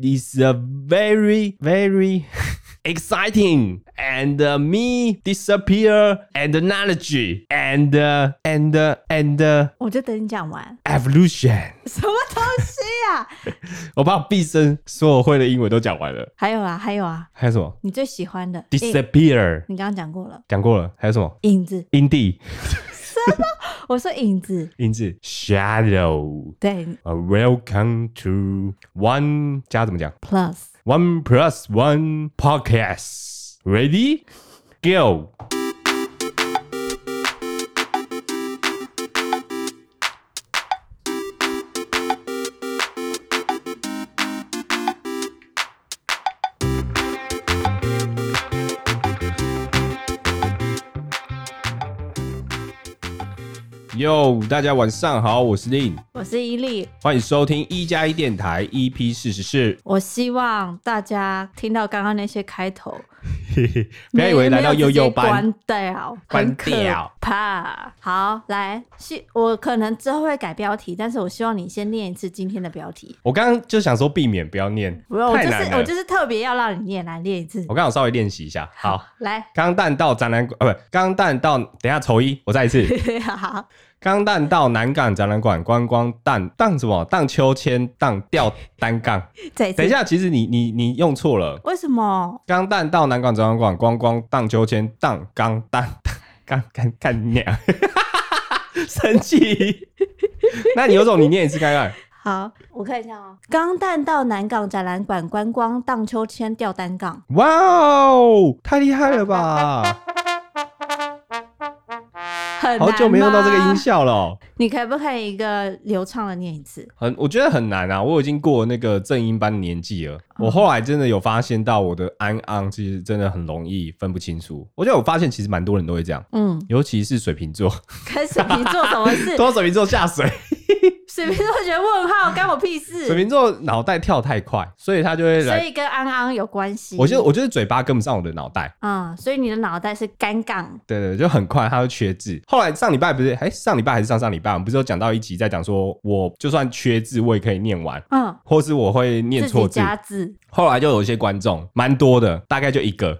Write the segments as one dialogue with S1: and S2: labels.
S1: is a very very exciting and uh, me disappear and knowledge and uh, and uh, and uh,
S2: 我就等你讲完。
S1: evolution。
S2: 什么东西啊？
S1: 我把我毕生所有会的英文都讲完了，
S2: 还有啊，还有啊，
S1: 还有什么
S2: 你最喜欢的影
S1: ？disappear
S2: 你刚刚讲过了，
S1: 讲过了，还有什么？
S2: 影子。
S1: 阴地
S2: 我说影子，
S1: 影子 shadow。
S2: 对
S1: Uh, welcome to one 加怎么讲
S2: ，plus。
S1: ？One plus one podcast. Ready? Go. 哟，大家晚上好，我是 Lin，
S2: 我是伊利，
S1: 欢迎收听一加一电台 EP 四十四。
S2: 我希望大家听到刚刚那些开头，
S1: 不要以为来到幼幼班
S2: 没有直接关掉，
S1: 关
S2: 很可
S1: 掉
S2: 怕。好，来，是我可能之后会改标题，但是我希望你先念一次今天的标题。
S1: 我刚刚就想说避免不要念，
S2: 不用，我
S1: 太
S2: 就是
S1: 难了。
S2: 我就是特别要让你念，来念一次。
S1: 我刚好稍微练习一下。好，
S2: 来，
S1: 钢弹到展览馆，啊，不，钢弹到，等一下抽一，我再一次。
S2: 好，
S1: 钢弹到南港展览馆观光荡荡什么？荡秋千，荡吊单杠。
S2: 再一次。
S1: 等一，下，其实你你你用错了。
S2: 为什么？
S1: 钢弹到南港展览馆观光荡秋千，荡钢弹钢干干娘，生气。那你有种，你念一次看看。
S2: 好，我看一下哦。钢弹到南港展览馆观光荡秋千吊单杠，
S1: 哇哦，太厉害了 吧！
S2: 很
S1: 好久没用到这个音
S2: 响，
S1: 效了哦、
S2: 你可不可以一个流畅的念一次？
S1: 很，我觉得很难啊！我已经过那个正音班的年纪了。我后来真的有发现到，我的安昂其实真的很容易分不清楚。我觉得我发现其实蛮多人都会这样，
S2: 嗯，
S1: 尤其是水瓶座，
S2: 跟水瓶座什么事？
S1: 多水瓶座下水。
S2: 水瓶座觉得问号，干我屁
S1: 水
S2: 事？
S1: 瓶座脑袋跳太快，所以他就会
S2: 所
S1: 来。
S2: 以跟安安有关系。
S1: 我觉得，我觉得嘴巴跟不上我的脑袋。
S2: 嗯，所以你的脑袋是干杠，
S1: 对对，对就很快，他会缺字。后来上礼拜不是，哎、上礼拜还是上上礼拜，我们不是有讲到一集在讲说，我就算缺字，我也可以念完，
S2: 嗯，
S1: 或是我会念
S2: 自
S1: 错字。
S2: 己加字，
S1: 后来就有一些观众，蛮多的，大概就一 个，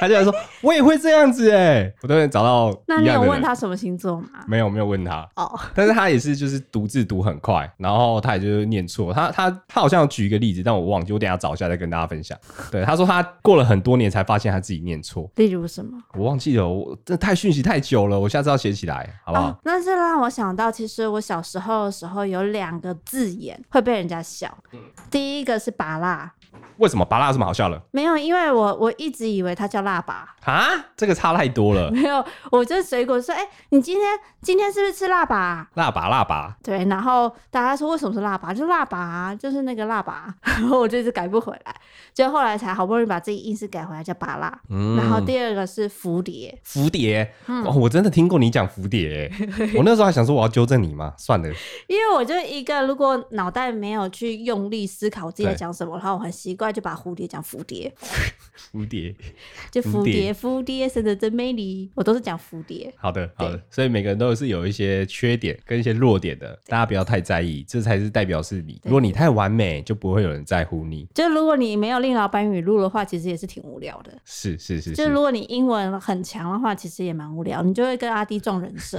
S1: 他就来说：“我也会这样子哎。”我都能找到
S2: 那
S1: 一
S2: 你
S1: 样
S2: 有
S1: 的
S2: 问
S1: 人。
S2: 他什么星座吗？
S1: 没有没有问他，
S2: 哦，
S1: 但是他也是就是读字读很快，然后他也就是念错，他他他好像有举一个例子，但我忘记，我等一下找一下再跟大家分享。对，他说他过了很多年才发现他自己念错，
S2: 例如什么？
S1: 我忘记了，我这太讯息太久了，我下次要写起来，好不啊好？
S2: 哦，那是让我想到，其实我小时候的时候有两个字眼会被人家笑。
S1: 嗯
S2: 第一个是“拔蜡
S1: 为什么巴拉有什么好笑了”，
S2: 没有，因为我我一直以为它叫蜡拔，
S1: 啊？这个差太多了，
S2: 没有，我就随口说：“哎、你今天今天是不是吃蜡拔啊、
S1: 辣拔辣拔，
S2: 对，然后大家说为什么是蜡拔？就蜡拔、啊， 就是那个蜡拔。然后我就一直改不回来，就后来才好不容易把自己硬是改回来叫拔蜡。
S1: 嗯
S2: 然后第二个是蝴蝶，
S1: 蝴蝶，
S2: 嗯
S1: 哦，我真的听过你讲蝴蝶、 欸，我那时候还想说我要纠正你嘛，算了，
S2: 因为我就一个，如果脑袋没有去用力思考自己在
S1: 对
S2: 讲什么，然后我很习惯就把蝴蝶讲蝴蝶，
S1: 蝴蝶，
S2: 就
S1: 蝴
S2: 蝴
S1: 蝶
S2: 蝶蝴蝶生的真美丽，我都是讲蝴蝶。
S1: 好的好的，所以每个人都是有一些缺点跟一些弱点的，大家不要太在意，这才是代表是你。如果你太完美，就不会有人在乎你。
S2: 就如果你没有令老板语录的话，其实也是挺无聊的。
S1: 是是是
S2: 就是如，果你英文很强的话，其实也蛮无聊，你就会跟阿弟撞人设，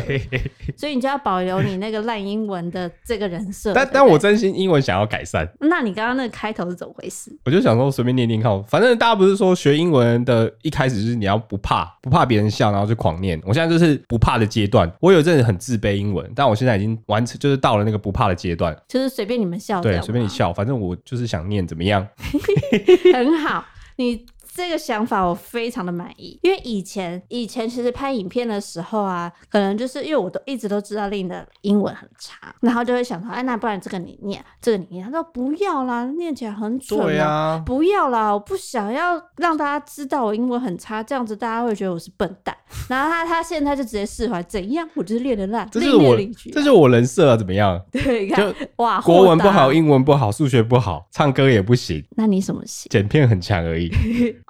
S2: 所以你就要保留你那个烂英文的这个人设。
S1: 但
S2: 对不
S1: 但我
S2: 对
S1: 真心英文想要改善，
S2: 那你刚刚那个开头是怎么回事？
S1: 我就想说随便念念看，反正大家不是说学英文的一开始就是你要不怕，不怕别人笑，然后就狂念。我现在就是不怕的阶段，我有一阵子很自卑英文，但我现在已经完成，就是到了那个不怕的阶段。
S2: 就是随便你们笑，哦这
S1: 对，
S2: 样
S1: 随便你
S2: 吗
S1: 笑，反正我就是想念怎么 样。
S2: 很好，你这个想法我非常的满意，因为以前以前其实拍影片的时候啊，可能就是因为我都一直都知道令的英文很差，然后就会想说，哎，那不然这个你念，这个你念，他说不要啦，念起来很蠢、
S1: 对
S2: 呀、
S1: 啊，
S2: 不要啦！我不想要让大家知道我英文很差，这样子大家会觉得我是笨 蛋。然后他他现在就直接释怀，怎样？我就是练得烂，
S1: 这就是
S2: 另
S1: 我
S2: 练领，
S1: 这就是我人设啊，怎么样？
S2: 对，你
S1: 就
S2: 看哇，
S1: 国文不
S2: 豁达
S1: 好，，英文不好，数学不好，唱歌也不行，
S2: 那你什么 系
S1: 剪片很强 而已，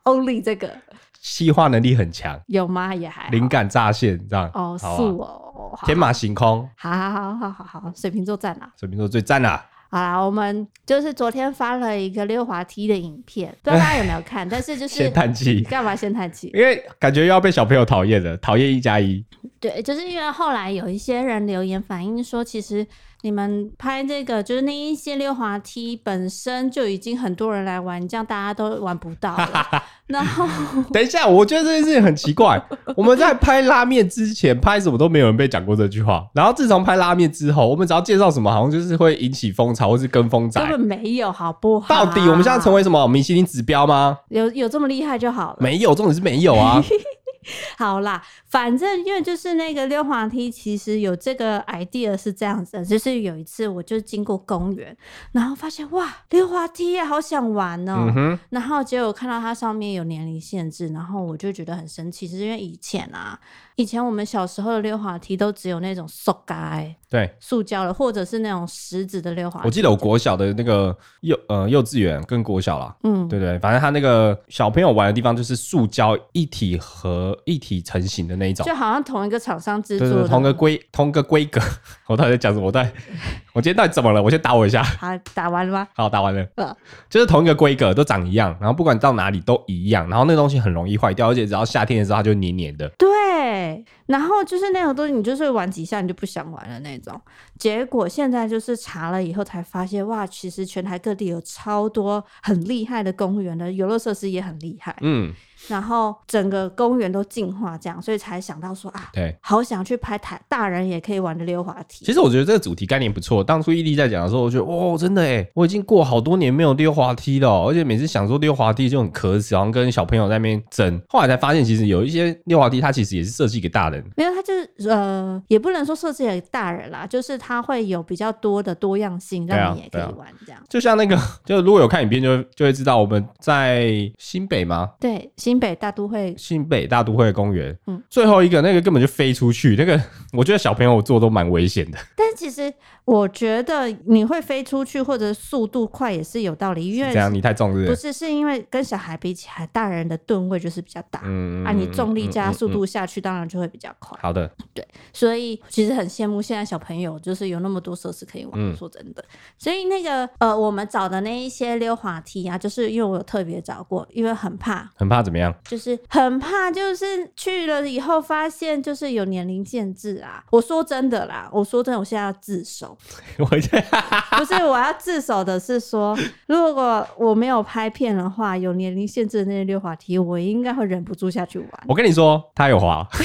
S2: ？Only 这个
S1: 细化能力很强，
S2: 有吗？也还好
S1: 灵感乍现这样。
S2: 哦，
S1: 好啊
S2: 素哦，好
S1: 天马行空，
S2: 好好好好好好，水瓶座赞啦！
S1: 水瓶座最赞啦！
S2: 啊，好啦，我们就是昨天发了一个溜滑梯的影片，不知道大家有没有 看？但是就是
S1: 先叹气，
S2: 干嘛先叹气？
S1: 因为感觉又要被小朋友讨厌了，讨厌一加 一。
S2: 对，就是因为后来有一些人留言反映说，其实你们拍这个就是那一些溜滑梯本身就已经很多人来玩，这样大家都玩不 到了。然后
S1: 等一下，我觉得这件事情很奇怪。我们在拍拉面之前，拍什么都没有人被讲过这句话。然后自从拍拉面之后，我们只要介绍什么，好像就是会引起风潮或是跟风仔
S2: 根。本没有，好不好？啊
S1: 到底我们现在成为什么明星指标吗？
S2: 有有这么厉害就好了。
S1: 没有，重点是没有 啊。
S2: 好啦，反正因为就是那个溜滑梯，其实有这个 idea 是这样子的，就是有一次我就经过公园，然后发现哇，溜滑梯耶，好想玩哦、
S1: 嗯哼，
S2: 然后结果看到它上面有年龄限制，然后我就觉得很生气，是因为以前啊，以前我们小时候的溜滑梯都只有那种塑胶、
S1: 对。
S2: 塑胶的，或者是那种石子的溜滑梯。
S1: 我记得我国小的那个幼呃幼稚园跟国小啦，
S2: 嗯，
S1: 对对，反正他那个小朋友玩的地方就是塑胶一体合一体成型的那一种，
S2: 就好像同一个厂商制
S1: 对
S2: 作
S1: 对
S2: 的
S1: 对，同个规同个规格。 我到底在讲什么？我在，我今天到底怎么了？我先打我一 下。
S2: 好，打完了吗？
S1: 好，打完了
S2: 嗯，
S1: 就是同一个规格都长一样，然后不管到哪里都一样，然后那东西很容易坏掉，而且只要夏天的时候它就黏黏的。
S2: 对，然后就是那种东西，你就是玩几下你就不想玩了那种。结果现在就是查了以后才发现，哇，其实全台各地有超多很厉害的公园的游乐设施也很厉害，
S1: 嗯，
S2: 然后整个公园都进化这样，所以才想到说啊，
S1: 对。
S2: 好想去拍台大人也可以玩的溜滑梯。
S1: 其实我觉得这个主题概念不错。当初伊 E 利在讲的时候，我觉得哦，真的哎，我已经过好多年没有溜滑梯了哦，而且每次想说溜滑梯就很可耻，好像跟小朋友在那边争。后来才发现，其实有一些溜滑梯它其实也是设计给大人。
S2: 没有，它就是呃，也不能说设计给大人啦，就是它会有比较多的多样性，
S1: 对啊
S2: 让你也可
S1: 对啊
S2: 以玩这样。
S1: 就像那个， 就如果有看影片就会就会知道，我们在新北吗？
S2: 对，新北大都会
S1: 新北大都会公园，
S2: 嗯
S1: 最后一个那个根本就飞出去，那个 我觉得小朋友坐都蛮危险的，
S2: 但其实我觉得你会飞出去或者速度快也是有道理，因
S1: 这样
S2: 为
S1: 你太重是不
S2: 不
S1: 是？
S2: 是是因为跟小孩比起来，大人的吨位就是比较大。
S1: 嗯
S2: 啊，你重力加速。
S1: 嗯嗯嗯
S2: 度下去，当然就会比较快。
S1: 好的，
S2: 所以其实很羡慕现在小朋友，就是有那么多设施可以玩。
S1: 嗯
S2: 说真的，所以那个呃，我们找的那一些溜滑梯啊，就是因为我有特别找过，因为很怕，
S1: 很怕怎么样？
S2: 就是很怕，就是去了以后发现就是有年龄限制啊。我说真的啦，我说真的，我现在要自首。
S1: 我觉得
S2: 不是，我要自首的是说，如果我没有拍片的话，有年龄限制的那些溜滑梯，我应该会忍不住下去玩。
S1: 我跟你说，他有滑。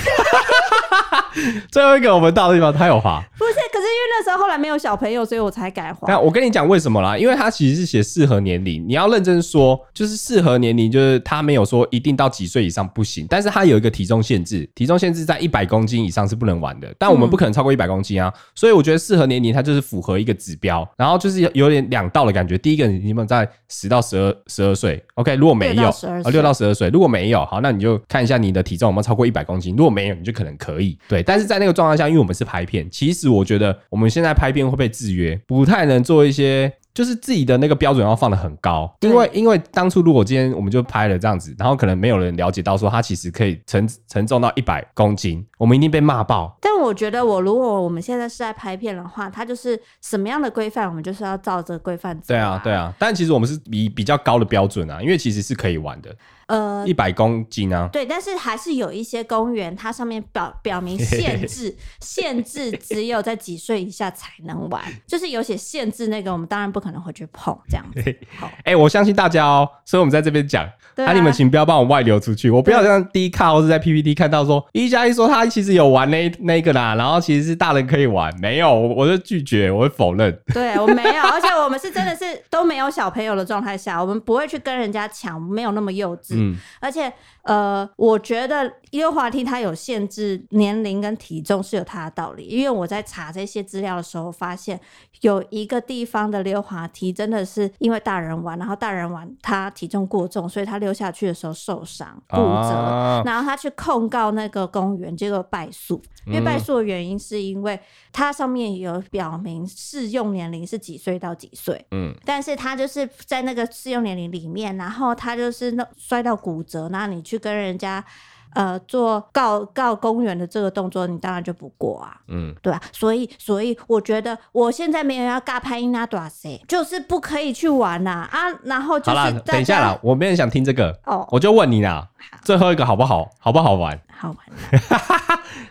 S1: 最后一个我们到的地方，他有滑。
S2: 不是，可是因为那时候后来没有小朋友，所以我才改滑。
S1: 但我跟你讲为什么啦？因为他其实是写适合年龄，你要认真说，就是适合年龄，就是他没有说一定到几岁以上不行，但是他有一个体重限制，体重限制在一百公斤以上是不能玩的，但我们不可能超过一百公斤啊，所以我觉得适合年龄它就是符合一个指标，然后就是有有点两道的感觉。第一个，你们在十到十二十二岁，OK，如果没有
S2: 六到12岁
S1: 六到十二岁，如果没有，好，那你就看一下你的体重有没有超过一百公斤，如果没有，你就可能可以。对，但是在那个状况下，因为我们是拍片，其实我觉得我们现在拍片会被制约，不太能做一些。就是自己的那个标准要放得很高，
S2: 对
S1: 因为因为当初如果今天我们就拍了这样子，然后可能没有人了解到说它其实可以承承重到一百公斤，我们一定被骂爆。
S2: 但我觉得，我如果我们现在是在拍片的话，它就是什么样的规范，我们就是要照着规范走、
S1: 对啊，对。啊，但其实我们是以比较高的标准啊，因为其实是可以玩的，
S2: 呃，
S1: 一百公斤啊，
S2: 对，但是还是有一些公园，它上面表表明 限制，限制只有在几岁以下才能玩，就是有些限制那个，我们当然不可能回去碰这样子。好，
S1: 哎、我相信大家哦，所以我们在这边讲，
S2: 对啊
S1: 啊，你们请不要帮我外流出去，我不要像 D 卡或是在 PPT 看到说一加一说他其实有玩那那个啦，然后其实是大人可以玩，没有，我我就拒绝，我会否认。
S2: 对我没有，而且我们是真的是都没有小朋友的状态下，我们不会去跟人家抢，没有那么幼稚。
S1: 嗯，
S2: 而且呃，我觉得溜滑梯它有限制年龄跟体重是有它的道理，因为我在查这些资料的时候发现，有一个地方的溜滑梯真的是因为大人玩，然后大人玩他体重过重，所以他溜下去的时候受伤骨折。
S1: 啊
S2: 然后他去控告那个公园，结果败诉。
S1: 嗯
S2: 因为败诉的原因是因为它上面有表明适用年龄是几岁到几岁，
S1: 嗯，
S2: 但是他就是在那个适用年龄里面，然后他就是那摔到骨折，那你去跟人家。呃做告告公园的这个动作，你当然就不过啊。
S1: 嗯，
S2: 对啊，所以所以我觉得我现在没有要尬拍那多谁，就是不可以去玩呐啊然后
S1: 好
S2: 就
S1: 啦
S2: 是，大
S1: 等一下
S2: 家
S1: 啦，我没人想听这个，
S2: 哦，
S1: 我就问你啦，最后一个好不好？好不好玩？
S2: 好玩啊，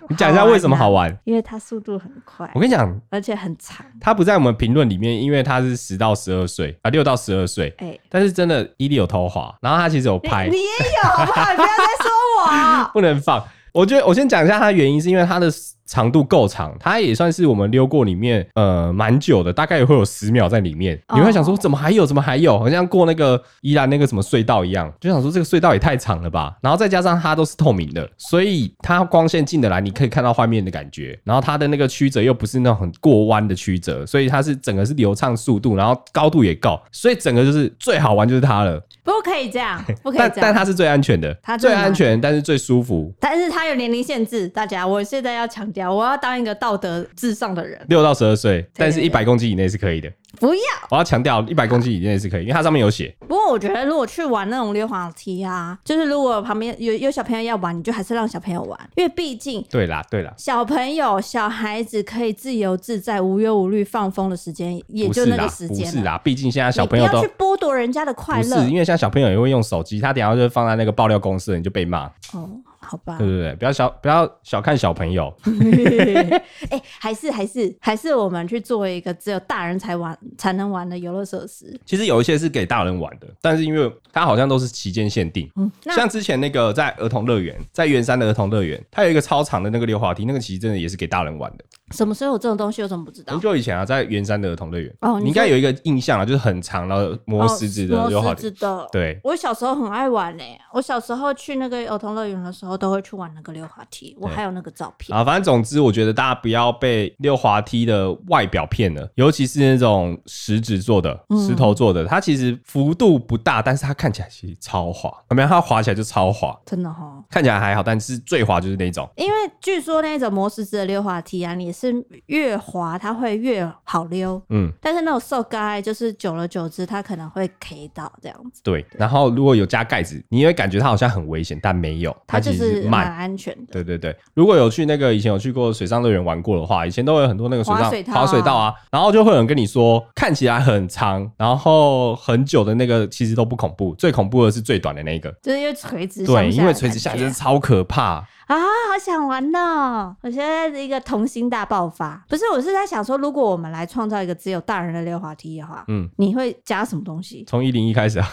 S1: 你讲一下为什么好玩？
S2: 因为它速度很快
S1: 我，跟你讲，
S2: 而且很长。
S1: 他不在我们评论里面，因为他是十到十二岁啊，六到十二岁。
S2: 哎、
S1: 但是真的，伊利有偷滑，然后他其实有拍
S2: 你，你也有好不 好？你不要再说我。
S1: 不能放。我觉得我先讲一下它的原因，是因为它的长度够长，它也算是我们溜过里面呃蛮久的，大概也会有十秒在里面。
S2: 哦
S1: 你会想说怎么还有，怎么还有，好像过那个宜兰那个什么隧道一样，就想说这个隧道也太长了吧。然后再加上它都是透明的，所以它光线进得来，你可以看到画面的感觉。然后它的那个曲折又不是那种很过弯的曲折，所以它是整个是流畅速度，然后高度也高，所以整个就是最好玩就是它了。
S2: 不可以这样，不可 以
S1: 但
S2: 这
S1: 但
S2: 样。
S1: 它是最安全的，
S2: 它真
S1: 最
S2: 的
S1: 安全，但是最舒服。
S2: 但是他有年龄限制，大家，我现在要强调，我要当一个道德至上的人，
S1: 六到十二岁，但是一
S2: 对
S1: 百公斤以内是可以的。
S2: 不要。
S1: 我要强调，一百公斤以内是可以，因为它上面有写。
S2: 不过我觉得，如果去玩那种溜滑梯啊，就是如果旁边有有小朋友要玩，你就还是让小朋友玩，因为毕竟
S1: 对啦，对啦，
S2: 小朋友、小孩子可以自由自在、无忧无虑放风的时间，也
S1: 不
S2: 就是那
S1: 啦
S2: 个，时
S1: 不
S2: 间
S1: 是
S2: 了。
S1: 啦，毕竟现在小
S2: 你不
S1: 朋友
S2: 要
S1: 都
S2: 去剥夺人家的快
S1: 不是，
S2: 乐
S1: 因为现在小朋友也会用手机，他等一下就放在那个爆料公司，你就被骂，
S2: 哦，好吧
S1: 对？对对，不要小不要小看小朋友，
S2: 嗯 哎、还是还是还是我们去做一个只有大人才玩才能玩的游乐设施。
S1: 其实有一些是给大人玩的，但是因为它好像都是期间限定，
S2: 嗯，那
S1: 像之前那个在儿童乐园，在圆山的儿童乐园，它有一个超长的那个溜滑梯，那个其实真的也是给大人玩的。
S2: 什么时候有这种东西？我怎么不知道
S1: 很？久以前啊，在圆山的儿童乐园，
S2: 哦你说
S1: 你应该有一个印象啊，就是很长，然后磨石子的
S2: 哦
S1: 溜滑
S2: 磨
S1: 梯
S2: 石，子的。
S1: 对，
S2: 我小时候很爱玩诶、我小时候去那个儿童乐园的时候，都会去玩那个溜滑梯，我
S1: 对
S2: 还有那个照片。
S1: 啊，反正总之，我觉得大家不要被溜滑梯的外表骗了，尤其是那种石子做的、
S2: 嗯
S1: 石头做的，它其实幅度不大，但是它看起来其实超滑，有没有？它滑起来就超滑，
S2: 真的哈，
S1: 看起来还好，但是最滑就是那种。
S2: 因为据说那种磨石子的溜滑梯啊，你是越滑它会越好溜，
S1: 嗯，
S2: 但是那种瘦盖就是久而久之，它可能会 K 到这样子，
S1: 对。然后如果有加盖子，你会感觉它好像很危险，但没有，它
S2: 它就
S1: 其实是
S2: 是
S1: 慢。
S2: 蛮安全的。
S1: 对对对，如果有去那个以前有去过水上乐园玩过的话，以前都会有很多那个水上
S2: 滑水道啊
S1: 滑水道啊，然后就会有人跟你说，看起来很长，然后很久的那个其实都不恐怖，最恐怖的是最短的那个。
S2: 就是因为垂直向下
S1: 对，
S2: 的
S1: 因为垂直下
S2: 感
S1: 来
S2: 觉
S1: 真的超可怕。
S2: 啊，好想玩呢！我现在是一个童心大爆发。不是，我是在想说，如果我们来创造一个只有大人的溜滑梯的话，
S1: 嗯
S2: 嗯，你会加什么东西？
S1: 从一零一开始啊，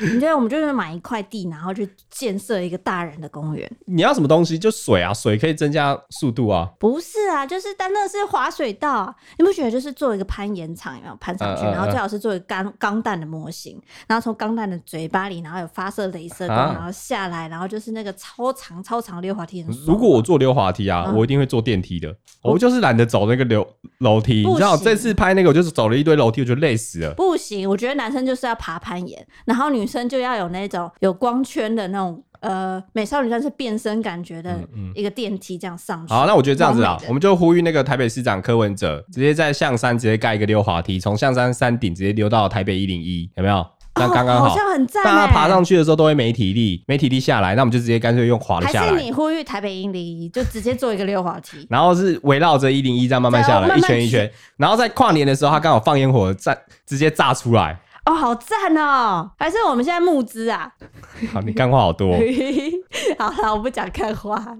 S2: 你觉得我们就是买一块地，然后去建设一个大人的公园？
S1: 你要什么东西就水啊，水可以增加速度啊。
S2: 不是啊，就是但那是滑水道啊、你不觉得就是做一个攀岩场有没有攀上去，
S1: 嗯嗯嗯
S2: 然后最好是做一个钢钢弹的模型，然后从钢弹的嘴巴里，然后有发射镭射光，
S1: 啊
S2: 然后下来，然后就是那个超长超长溜滑梯很爽。
S1: 如果我坐溜滑梯啊，
S2: 嗯哦
S1: 我一定会坐电梯的。我就是懒得走那个楼楼梯，
S2: 不
S1: 你知道
S2: 行
S1: 这次拍那个，我就是走了一堆楼梯，我就累死了。
S2: 不行，我觉得男生就是要爬攀岩，然后女生就要有那种有光圈的那种呃美少女战士变身感觉的一个电梯这样上
S1: 嗯
S2: 去。
S1: 好，那我觉得这样子啊
S2: 完美，的
S1: 我们就呼吁那个台北市长柯文哲，直接在象山直接盖一个溜滑梯，从象山山顶直接溜到台北一零一，有没有？这样刚刚
S2: 哦、
S1: 好。
S2: 好像很赞、欸。
S1: 大家爬上去的时候都会没体力，没体力下来，那我们就直接干脆用滑的
S2: 还
S1: 下
S2: 是
S1: 来，，
S2: 你呼吁台北英里就直接做一个溜滑梯
S1: 然后是围绕着一零一这样慢慢下
S2: 对
S1: 来，
S2: 哦慢慢
S1: 一圈一圈，然后在跨年的时候，他刚好放烟火，炸直接炸出 来。
S2: 哦，好赞哦！还是我们现在募资啊？
S1: 好，你干话好多
S2: 好了，我不讲看话。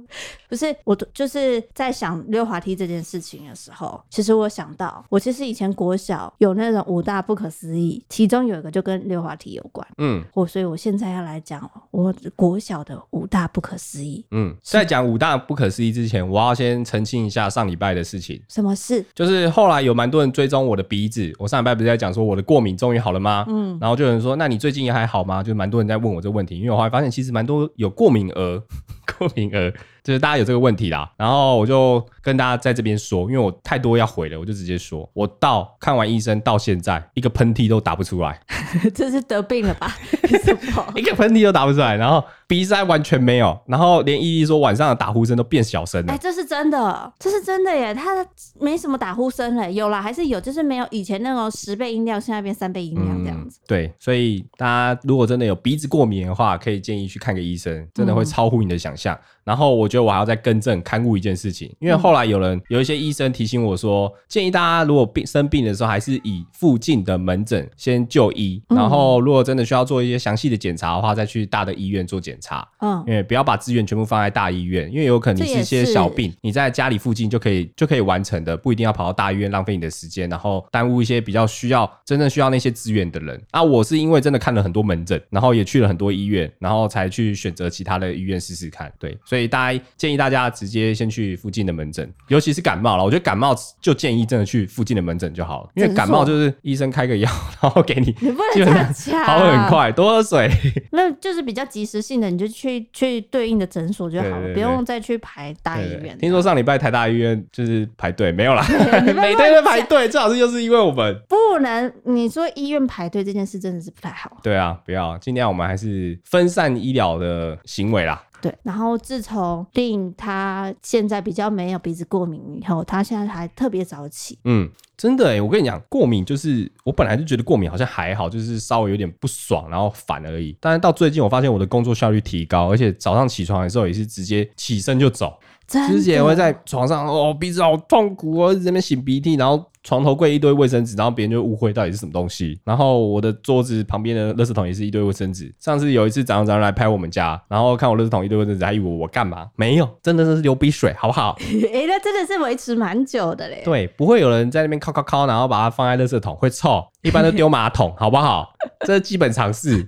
S2: 不是，我就是在想溜滑梯这件事情的时候，其实我想到，我其实以前国小有那种五大不可思议，其中有一个就跟溜滑梯有关。
S1: 嗯
S2: 我所以，我现在要来讲我国小的五大不可思议。
S1: 嗯，在讲五大不可思议之前，我要先澄清一下上礼拜的事情。
S2: 什么事？
S1: 就是后来有蛮多人追踪我的鼻子，我上礼拜不是在讲说我的过敏终于好了吗？嗯，然后就有人说，那你最近也还好吗？就蛮多人在问我这个问题，因为我后来发现其实蛮多有过敏儿， 过敏儿就是大家有这个问题啦。然后我就跟大家在这边说，因为我太多要回了，我就直接说，我到看完医生到现在一个喷嚏都打不出来，
S2: 这是得病了吧？ 什么？
S1: 一个喷嚏都打不出来，然后鼻塞完全没有，然后连伊利说晚上的打呼声都变小声
S2: 哎、
S1: 了。
S2: 这是真的，这是真的耶！他没什么打呼声嘞，有啦，还是有，就是没有以前那种十倍音量，现在变三倍音量这
S1: 嗯
S2: 样子。
S1: 对，所以大家如果真的有鼻子过敏的话，可以建议去看个医生，真的会
S2: 嗯
S1: 超乎你的想象。然后我觉得我还要再更正刊物一件事情，因为后来有人有一些医生提醒我说，建议大家如果病生病的时候，还是以附近的门诊先就医，
S2: 嗯
S1: 然后如果真的需要做一些详细的检查的话，再去大的医院做检查。
S2: 嗯，
S1: 因为不要把资源全部放在大医院，因为有可能你是一些小病，你在家里附近就可以就可以完成的，不一定要跑到大医院浪费你的时间，然后耽误一些比较需要真正需要那些资源的人。啊，我是因为真的看了很多门诊，然后也去了很多医院，然后才去选择其他的医院试试看。对，所以大家建议大家直接先去附近的门诊，尤其是感冒了，我觉得感冒就建议真的去附近的门诊就好了，因为
S2: 诊所
S1: 感冒就是医生开个药，然后给你，
S2: 你不能
S1: 基
S2: 这
S1: 本
S2: 样
S1: 上
S2: 讲，
S1: 好很，快，多喝水。
S2: 那就是比较及时性的，你就去去对应的诊所就好了，
S1: 对对对
S2: 不用再去排大医
S1: 对
S2: 院。
S1: 听说上礼拜台大医院就是排队没有啦，
S2: 你不要
S1: 每天都排队，最好是又是因为我们。
S2: 不能，你说医院排队这件事真的是不太好。
S1: 对啊，不要，尽量我们还是分散医疗的行为啦。
S2: 对，然后自从令他现在比较没有鼻子过敏以后，他现在还特别早起。
S1: 嗯，真的哎、我跟你讲，过敏就是我本来就觉得过敏好像还好，就是稍微有点不爽，然后烦而已。但是到最近我发现我的工作效率提高，而且早上起床的时候也是直接起身就走，
S2: 真的
S1: 之前会 在床上哦鼻子好痛苦哦，一直在那边擤鼻涕，然后床头柜一堆卫生纸，然后别人就误会到底是什么东西。然后我的桌子旁边的垃圾桶也是一堆卫生纸。上次有一次早上早上来拍我们家，然后看我垃圾桶一堆卫生纸，还以为我干嘛？没有，真的是流鼻水，好不好？
S2: 哎、那真的是维持蛮久的嘞。
S1: 对，不会有人在那边敲敲敲，然后把它放在垃圾桶，会臭，一般都丢马桶，好不好？这是基本常识。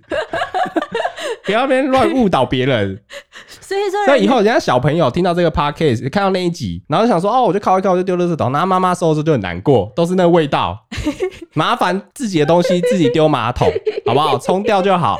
S1: 不要在那边乱误导别人，
S2: 所以说
S1: 所以
S2: 人
S1: 以后人家小朋友听到这个 podcast，看到那一集，然后就想说哦，我就靠一靠，我就丢垃圾桶，然后妈妈收的时候就很难过，都是那个味道。麻烦自己的东西自己丢马桶，好不好？冲掉就好。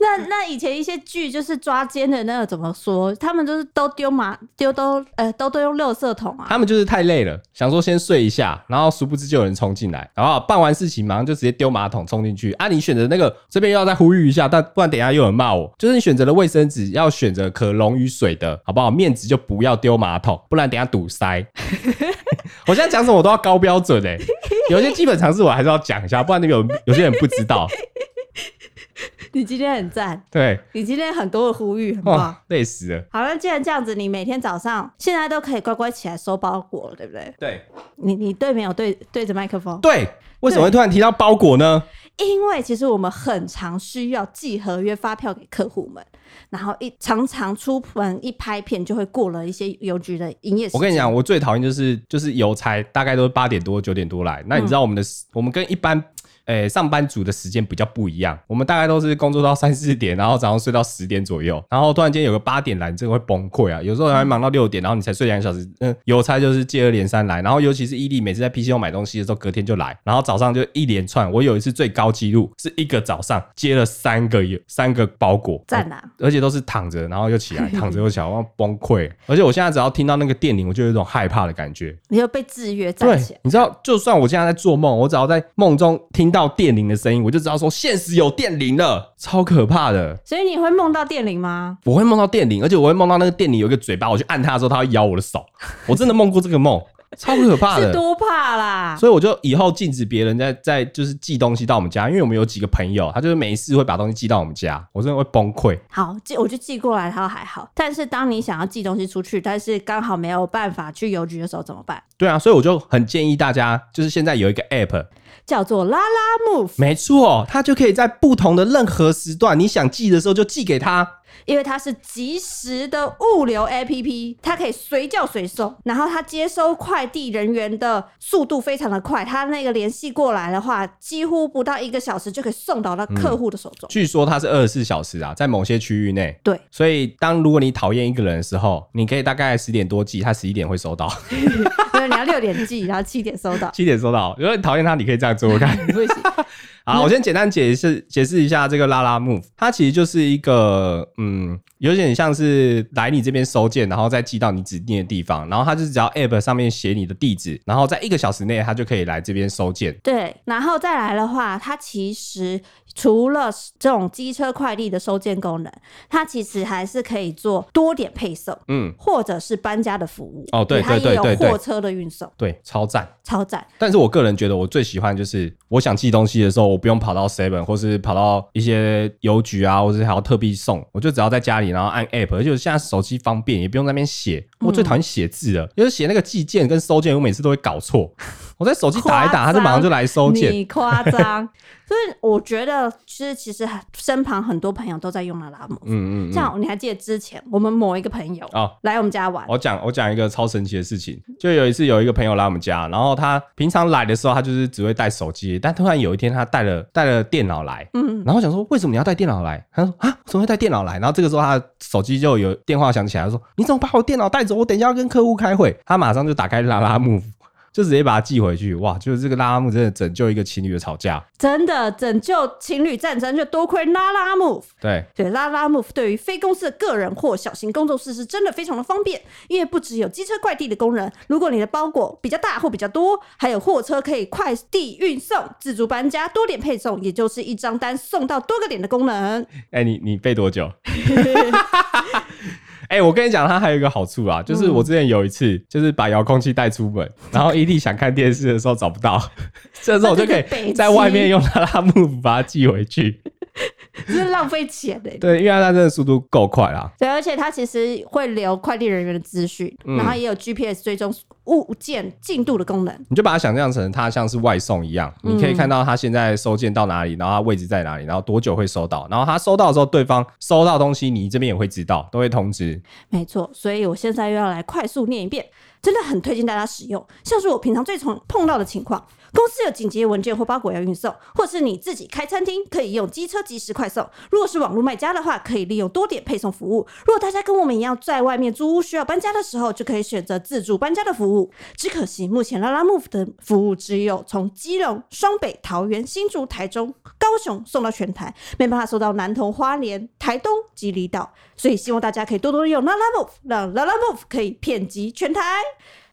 S2: 那那以前一些剧就是抓奸的那个怎么说？他们就是都丢马丢都呃都都用垃圾桶啊。
S1: 他们就是太累了，想说先睡一下，然后殊不知就有人冲进来，然后办完事情马上就直接丢马桶冲进去。啊，你选择那个这边又要再呼吁一下，但不然等一下又有人骂我。就是你选择了卫生纸，要选择可溶于水的，好不好？面纸就不要丢马桶，不然等一下堵塞。我现在讲什么我都要高标准哎、有些基本常识我还是要讲一下，不然你们有有些人不知道。
S2: 你今天很赞，
S1: 对，
S2: 你今天很多的呼吁，很棒。
S1: 哇，累死了。
S2: 好了，那既然这样子，你每天早上现在都可以乖乖起来收包裹了，对不对？
S1: 对
S2: 你你对没有对对着麦克风？
S1: 对，为什么会突然提到包裹呢？
S2: 因为其实我们很常需要寄合约发票给客户们，然后一常常出门一拍片就会过了一些邮局的营业时
S1: 我
S2: 间。
S1: 跟你讲，我最讨厌就是就是邮差，大概都是八点多九点多来。那你知道我们的、我们跟一般诶、上班族的时间比较不一样，我们大概都是工作到三四点，然后早上睡到十点左右，然后突然间有个八点来，你真的会崩溃啊！有时候还会忙到六点，然后你才睡两个小时。嗯，邮差就是接二连三来，然后尤其是伊利每次在 PC 用买东西的时候，隔天就来，然后早上就一连串。我有一次最高纪录是一个早上接了三个邮三个包裹，
S2: 赞啊啦！
S1: 而且都是躺着，然后又 起来，躺着又起来，我要崩溃。而且我现在只要听到那个电铃，我就有一种害怕的感觉。
S2: 你就被制约
S1: 对
S2: 站起来，。
S1: 你知道，就算我现在在做梦，我只要在梦中听到电铃的声音，我就知道说现实有电铃了，超可怕的。
S2: 所以你会梦到电铃吗？
S1: 我会梦到电铃，而且我会梦到那个电铃有一个嘴巴，我去按它的时候，它会咬我的手。我真的梦过这个梦，超可怕
S2: 是
S1: 的。
S2: 多怕啦！
S1: 所以我就以后禁止别人在在就是寄东西到我们家，因为我们有几个朋友，他就是每一次会把东西寄到我们家，我真的会崩溃。
S2: 好寄我就寄过来，然后还好。但是当你想要寄东西出去，但是刚好没有办法去邮局的时候怎么办？
S1: 对啊，所以我就很建议大家，就是现在有一个 app，
S2: 叫做拉拉 move，
S1: 没错，它就可以在不同的任何时段，你想寄的时候就寄给他。
S2: 因为它是即时的物流 APP，它可以随叫随送，然后它接收快递人员的速度非常的快，它那个联系过来的话，几乎不到一个小时就可以送到到客户的手中。
S1: 据说它是二十四小时啊，在某些区域内。
S2: 对，
S1: 所以当如果你讨厌一个人的时候，你可以大概十点多寄，他十一点会收到， ，
S2: 因为你要六点寄，然后七点收到
S1: 七点收到。如果你讨厌他，你可以这样做做看。
S2: 不行。
S1: 好，我先简单解释解释一下这个拉拉 move，它其实就是一个嗯，有点像是来你这边收件，然后再寄到你指定的地方，然后它就是只要 app 上面写你的地址，然后在一个小时内它就可以来这边收件。
S2: 对，然后再来的话，它其实除了这种机车快递的收件功能，它其实还是可以做多点配送，
S1: 嗯，
S2: 或者是搬家的服务。
S1: 哦对
S2: 它
S1: 对
S2: 也有
S1: 对对
S2: 货车的运送，
S1: 对，超赞。
S2: 超赞。
S1: 但是我个人觉得，我最喜欢就是我想寄东西的时候，我不用跑到 Seven 或是跑到一些邮局啊，或是还要特地送，我就只要在家里，然后按 App，而且我现在手机方便，也不用在那边写。我最讨厌写字了，就是写那个寄件跟收件，我每次都会搞错。我在手机打一打，
S2: 夸张
S1: 它就马上就来收件。
S2: 你夸张，所以我觉得，其实其实身旁很多朋友都在用拉拉姆。
S1: 嗯嗯嗯。
S2: 像你还记得之前我们某一个朋友
S1: 哦
S2: 来我们家玩，
S1: 我讲我讲一个超神奇的事情，就有一次有一个朋友来我们家，然后他平常来的时候他就是只会带手机，但突然有一天他带了带了电脑来，嗯，然后我想说为什么你要带电脑来？他说啊，怎么会带电脑来？然后这个时候他的手机就有电话响起来，他说你怎么把我电脑带走？我等一下要跟客户开会。他马上就打开拉拉木。就直接把它寄回去，哇！就是这个拉拉木真的拯救一个情侣的吵架，
S2: 真的拯救情侣战争就多亏拉拉 move。
S1: 对，
S2: 对，拉拉 move 对于非公司的个人或小型工作室是真的非常的方便，因为不只有机车快递的功能，如果你的包裹比较大或比较多，还有货车可以快递运送、自助搬家、多点配送，也就是一张单送到多个点的功能。
S1: 哎、你你背多久？ 哎、我跟你讲，它还有一个好处啊，就是我之前有一次，就是把遥控器带出门，然后伊利想看电视的时候找不到，这时候我就可
S2: 那就是北
S1: 以
S2: 极
S1: 在外面用拉拉木把它寄回去。
S2: 真是浪费钱欸 的、
S1: 对，因为它真的速度够快啦。
S2: 对，而且它其实会留快递人员的资讯，
S1: 嗯
S2: 然后也有 GPS 追踪物件进度的功能。
S1: 你就把它想象成它像是外送一样，你可以看到它现在收件到哪里，然后它位置在哪里，然后多久会收到，然后它收到的时候，对方收到东西，你这边也会知道，都会通知。
S2: 没错，所以我现在又要来快速念一遍，真的很推荐大家使用。像是我平常最常碰到的情况，公司有紧急文件或包裹要运送，或是你自己开餐厅，可以用机车及时快送。如果是网络卖家的话，可以利用多点配送服务。如果大家跟我们一样在外面租屋需要搬家的时候，就可以选择自助搬家的服务。只可惜目前拉拉 move 的服务只有从基隆、双北、桃园、新竹、台中、高雄送到全台，没办法送到南投、花莲、台东及离岛，所以希望大家可以多多利用 Lalamove，让 Lalamove 可以遍及全台。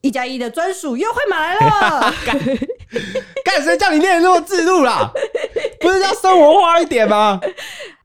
S2: 一加一的专属优惠码来了，
S1: 干谁叫你念得那么自入啦？不是要生活化一点吗？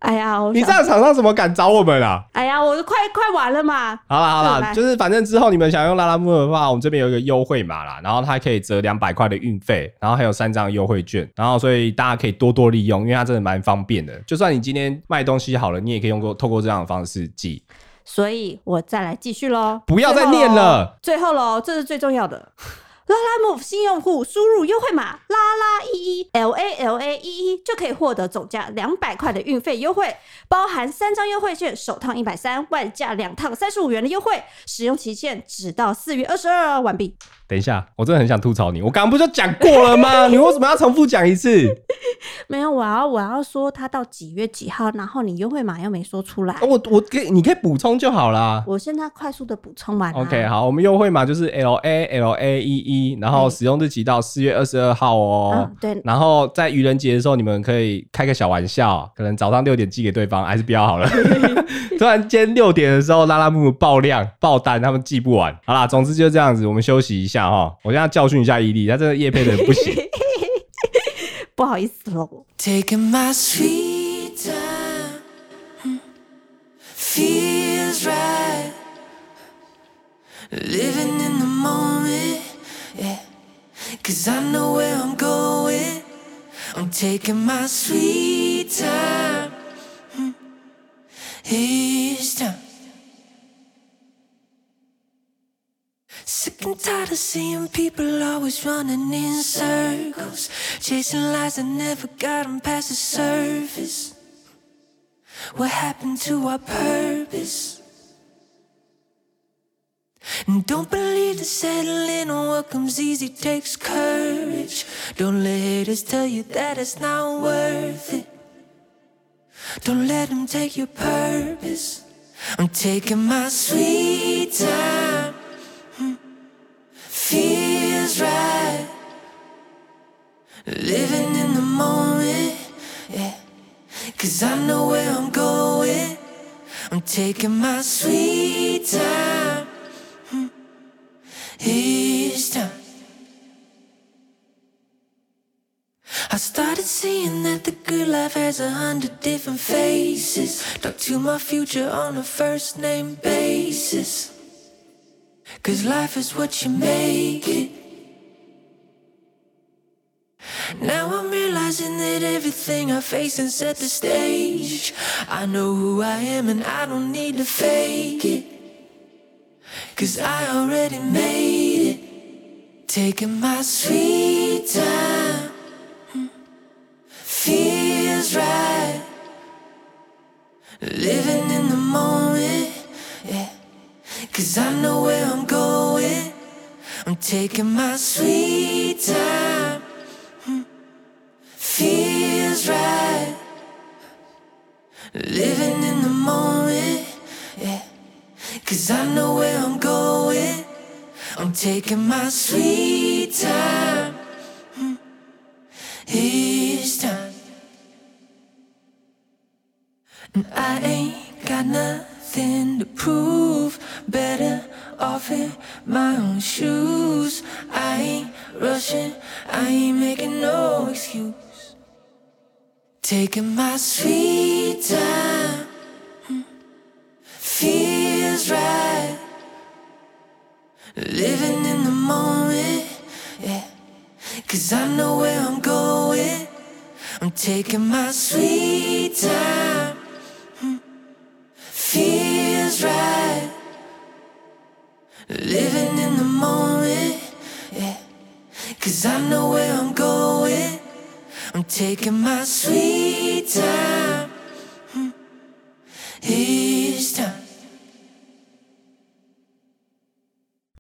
S2: 哎呀，我
S1: 你
S2: 想
S1: 这样厂商怎么敢找我们啊？
S2: 哎呀，我快快完了嘛，
S1: 好啦好啦，
S2: 来
S1: 就是反正之后你们想用拉拉木的话，我们这边有一个优惠码啦，然后它可以折两百块的运费，然后还有三张优惠券，然后所以大家可以多多利用，因为它真的蛮方便的。就算你今天卖东西好了，你也可以用过透过这样的方式寄。
S2: 所以我再来继续喽。
S1: 不要再念了
S2: 最后喽，最后喽，这是最重要的。 拉拉 move 新用户输入优惠码拉拉一一 L A L A 一一就可以获得总价两百块的运费优惠，包含三张优惠券，首趟一百三，外加两趟三十五元的优惠，使用期限只到四月二十二哦。完毕。
S1: 等一下，我真的很想吐槽你，我刚刚不就讲过了吗？你为什么要重复讲一次？
S2: 没有，我要我要说它到几月几号，然后你优惠码又没说出来，
S1: 啊我我给你可以补充就好啦。
S2: 我现在快速的补充完啦。啊
S1: OK，好，我们优惠码就是 L A L A 一一，然后
S2: 嗯
S1: 使用日期到四月二十二号哦。
S2: 嗯对
S1: 然后在愚人节的时候，你们可以开个小玩笑，可能早上六点寄给对方，还是不要 好了。突然间六点的时候，拉拉木爆量爆单，他们寄不完。好啦，总之就这样子，我们休息一下哈。我现在教训一下伊利，他这个叶配的人不行。
S2: 不好意思喽。
S3: Taking my sweet time mm, feels right. Living in the moment, yeah. Cause I know where I'm going. I'm taking my sweet time. mm, Each time. Sick and tired of seeing people always running in circles, chasing lies that never got 'em past the surface. What happened to our purpose? And don't believe that settling on what comes easy takes courage. Don't let haters tell you that it's not worth it. Don't let them take your purpose. I'm taking my sweet time feels right. Living in the moment, Cause I know where I'm going. I'm taking my sweet time. Hmm. Each time. I started seeing that the good life has a hundred different faces. Talk to my future on a first name basis. Cause life is what you make it. Now I'm realizing that everything I face and set the stage. I know who I am and I don't need to fake it. Cause I already made it. Taking my sweet time. Mm. Feels right. Living in the moment. Yeah. Cause I know where I'm going. I'm taking my sweet time Hmm. feels right. Living in the moment, yeah. Cause I know where I'm going. I'm taking my sweet time. Mm. Each time. And I ain't got nothing to prove. Better off in my own shoes. I ain't rushing, I ain't making no excuse. Taking my sweet time. Mm. Feels right. Living in the moment, yeah. Cause I know where I'm going. I'm taking my sweet time. Mm. Feels right. Living in the moment, yeah. Cause I know where I'm going. I'm taking my sweet time. Hmm.